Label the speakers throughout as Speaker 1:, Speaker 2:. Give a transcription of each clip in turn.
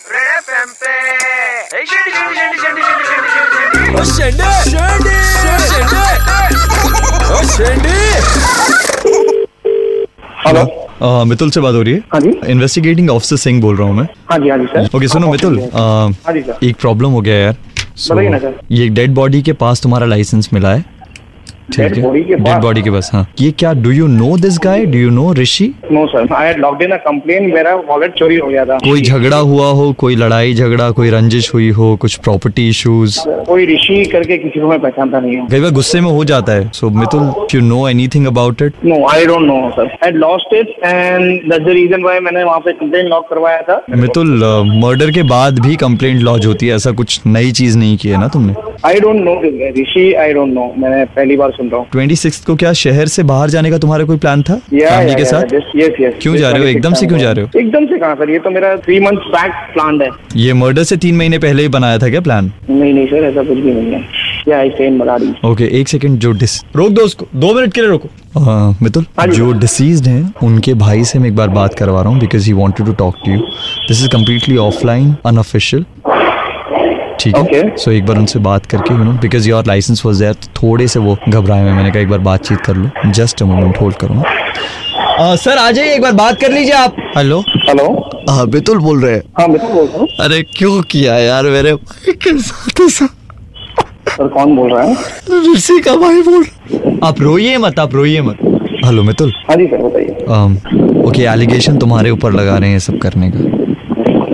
Speaker 1: FM पे ए, शेंडी, शेंडी, शेंडी, शेंडी, शेंडी, शेंडी, शेंडी, शेंडी।
Speaker 2: ओ शेंडे शेंडे शेंडे ओ शेंडे
Speaker 3: हेलो
Speaker 4: आ, मितुल Uh, से बात हो रही है
Speaker 3: हाँ जी
Speaker 4: इन्वेस्टिगेटिंग ऑफिसर सिंह बोल रहा हूँ मैं
Speaker 3: हाँ जी हाँ जी सर
Speaker 4: ओके सुनो मितुल आ,
Speaker 3: हाँ जी सर
Speaker 4: एक प्रॉब्लम हो गया है यार
Speaker 3: बताइए ना सर।
Speaker 4: ये डेड बॉडी के पास तुम्हारा लाइसेंस मिला है ठीक
Speaker 3: Dead body के
Speaker 4: है डेड
Speaker 3: पास?
Speaker 4: बॉडी के पास हाँ ये क्या do you know this guy do you know Rishi
Speaker 3: no sir I had locked in a complain मेरा वॉलेट चोरी हो गया था
Speaker 4: कोई झगड़ा हुआ हो कोई लड़ाई झगड़ा कोई रंजिश हुई हो कुछ प्रॉपर्टी इश्यूज
Speaker 3: कोई ऋषि करके किसी को मैं पहचानता नहीं हूँ
Speaker 4: कई बार गुस्से में हो जाता है so Mitul you know anything about it
Speaker 3: no I don't know sir I lost it and that's the reason why मैंने वहाँ पे कंप्लेन लॉक करवाया था
Speaker 4: मितुल मर्डर के बाद भी कंप्लेंट लॉज होती है ऐसा कुछ नई चीज नहीं की है ना तुमने
Speaker 3: I don't know Rishi I don't know मैंने पहली बार सुन रहा हूँ
Speaker 4: 26 को क्या शहर से बाहर जाने का तुम्हारा कोई प्लान था फैमिली के साथ
Speaker 3: यस यस
Speaker 4: क्यों जा रहे हो? एकदम से क्यों जा रहे हो?
Speaker 3: एकदम से कहाँ सर ये तो मेरा थ्री मंथ बैक प्लान है
Speaker 4: ये मर्डर से तीन महीने पहले ही बनाया था क्या प्लान
Speaker 3: नहीं नहीं सर ऐसा कुछ भी नहीं है या आई सेन बना रही
Speaker 4: ओके एक सेकंड जो डिस
Speaker 2: रोक दो उसको दो मिनट के लिए रोको
Speaker 4: आ, मितुल
Speaker 3: हाँ जी।
Speaker 4: जो डिसीज्ड हैं उनके भाई से मैं एक बार बात करवा रहा हूँ because he wanted to talk to you this is completely offline unofficial ठीक है
Speaker 3: Okay.
Speaker 4: सो एक बार उनसे बात करके you know because your licence was there तो थोड़े से वो घबराए हुए हैं। मैंने कहा एक बार बातचीत कर लो जस्ट अ मोमेंट होल्ड करो
Speaker 2: आ, सर Uh, आ जाइए एक बार बात कर लीजिए आप
Speaker 4: हेलो
Speaker 3: हेलो
Speaker 4: मितुल बोल रहे हैं
Speaker 3: हाँ मित्र बोल रहा हूँ
Speaker 4: अरे क्यों किया यार मेरे भाई के साथ ऐसा
Speaker 3: सर कौन बोल रहा है
Speaker 4: ऋषि का भाई बोल
Speaker 2: आप रोइए मत आप रोइए मत
Speaker 4: हेलो मितुल
Speaker 3: हाँ जी सर बताइए
Speaker 4: ओके एलिगेशन तुम्हारे ऊपर लगा रहे हैं ये सब करने का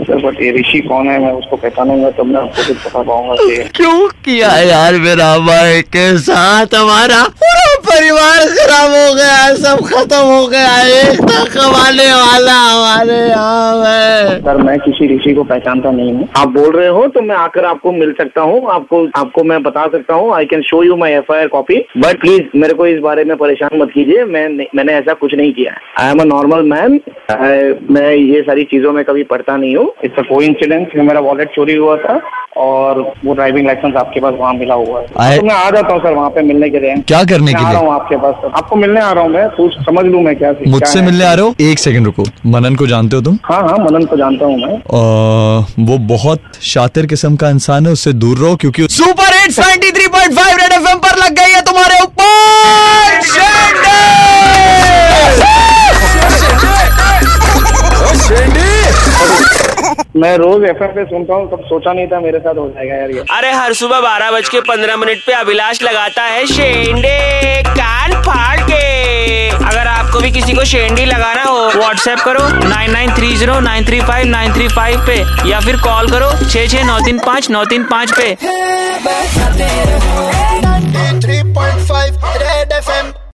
Speaker 3: सर बट ये ऋषि कौन है मैं उसको पहचानूंगा तब मैं आपको कुछ बता पाऊंगा कि
Speaker 4: क्यों किया यार मेरा भाई के साथ हमारा पूरा परिवार खराब हो गया सब खत्म हो गया एक था कमाने वाला हमारे यहाँ है
Speaker 3: सर मैं किसी ऋषि को पहचानता नहीं हूँ आप बोल रहे हो तो मैं आकर आपको मिल सकता हूँ आपको आपको मैं बता सकता हूँ I can show you my F I R copy but please मेरे को इस बारे में परेशान मत कीजिए मैं नहीं- मैंने ऐसा कुछ नहीं किया I am a normal man मैं ये सारी चीजों में कभी पढ़ता नहीं हूँ इट्स अ को इंसिडेंट मेरा वॉलेट चोरी हुआ था और वो ड्राइविंग लाइसेंस आपके पास वहाँ मिला हुआ है
Speaker 4: I-
Speaker 3: तो मैं आ जाता हूँ सर वहाँ पे मिलने के लिए
Speaker 4: क्या करने
Speaker 3: मैं
Speaker 4: के
Speaker 3: आ रहा
Speaker 4: लिए
Speaker 3: हूँ आपके पास सर। आपको मिलने आ रहा हूँ मैं कुछ समझ लूँ मैं क्या क्या
Speaker 4: मुझसे
Speaker 3: है।
Speaker 4: मिलने आ रहे हो एक सेकंड रुको मनन को जानते हो तुम
Speaker 3: हाँ हाँ मनन को जानता हूँ मैं
Speaker 4: आ, वो बहुत शातिर किस्म का इंसान है उससे दूर रहो क्योंकि
Speaker 2: सुपर हिट 93.5 रेड एफएम पर लग गई है तुम्हारे ऊपर
Speaker 4: ओ शेंडी
Speaker 3: मैं रोज एफ पे सुनता हूँ कब सोचा नहीं था मेरे साथ हो जाएगा यार ये
Speaker 5: अरे हर सुबह बारह बज के पंद्रह मिनट पे अभिलाष लगाता है शेंडे कान फाड़ के अगर आपको भी किसी को शेंडी लगाना हो व्हाट्सएप करो nine nine three zero nine three five nine three five पे या फिर कॉल करो छः छः नौ तीन पाँच नौ तीन पाँच पे
Speaker 6: बसाते रहो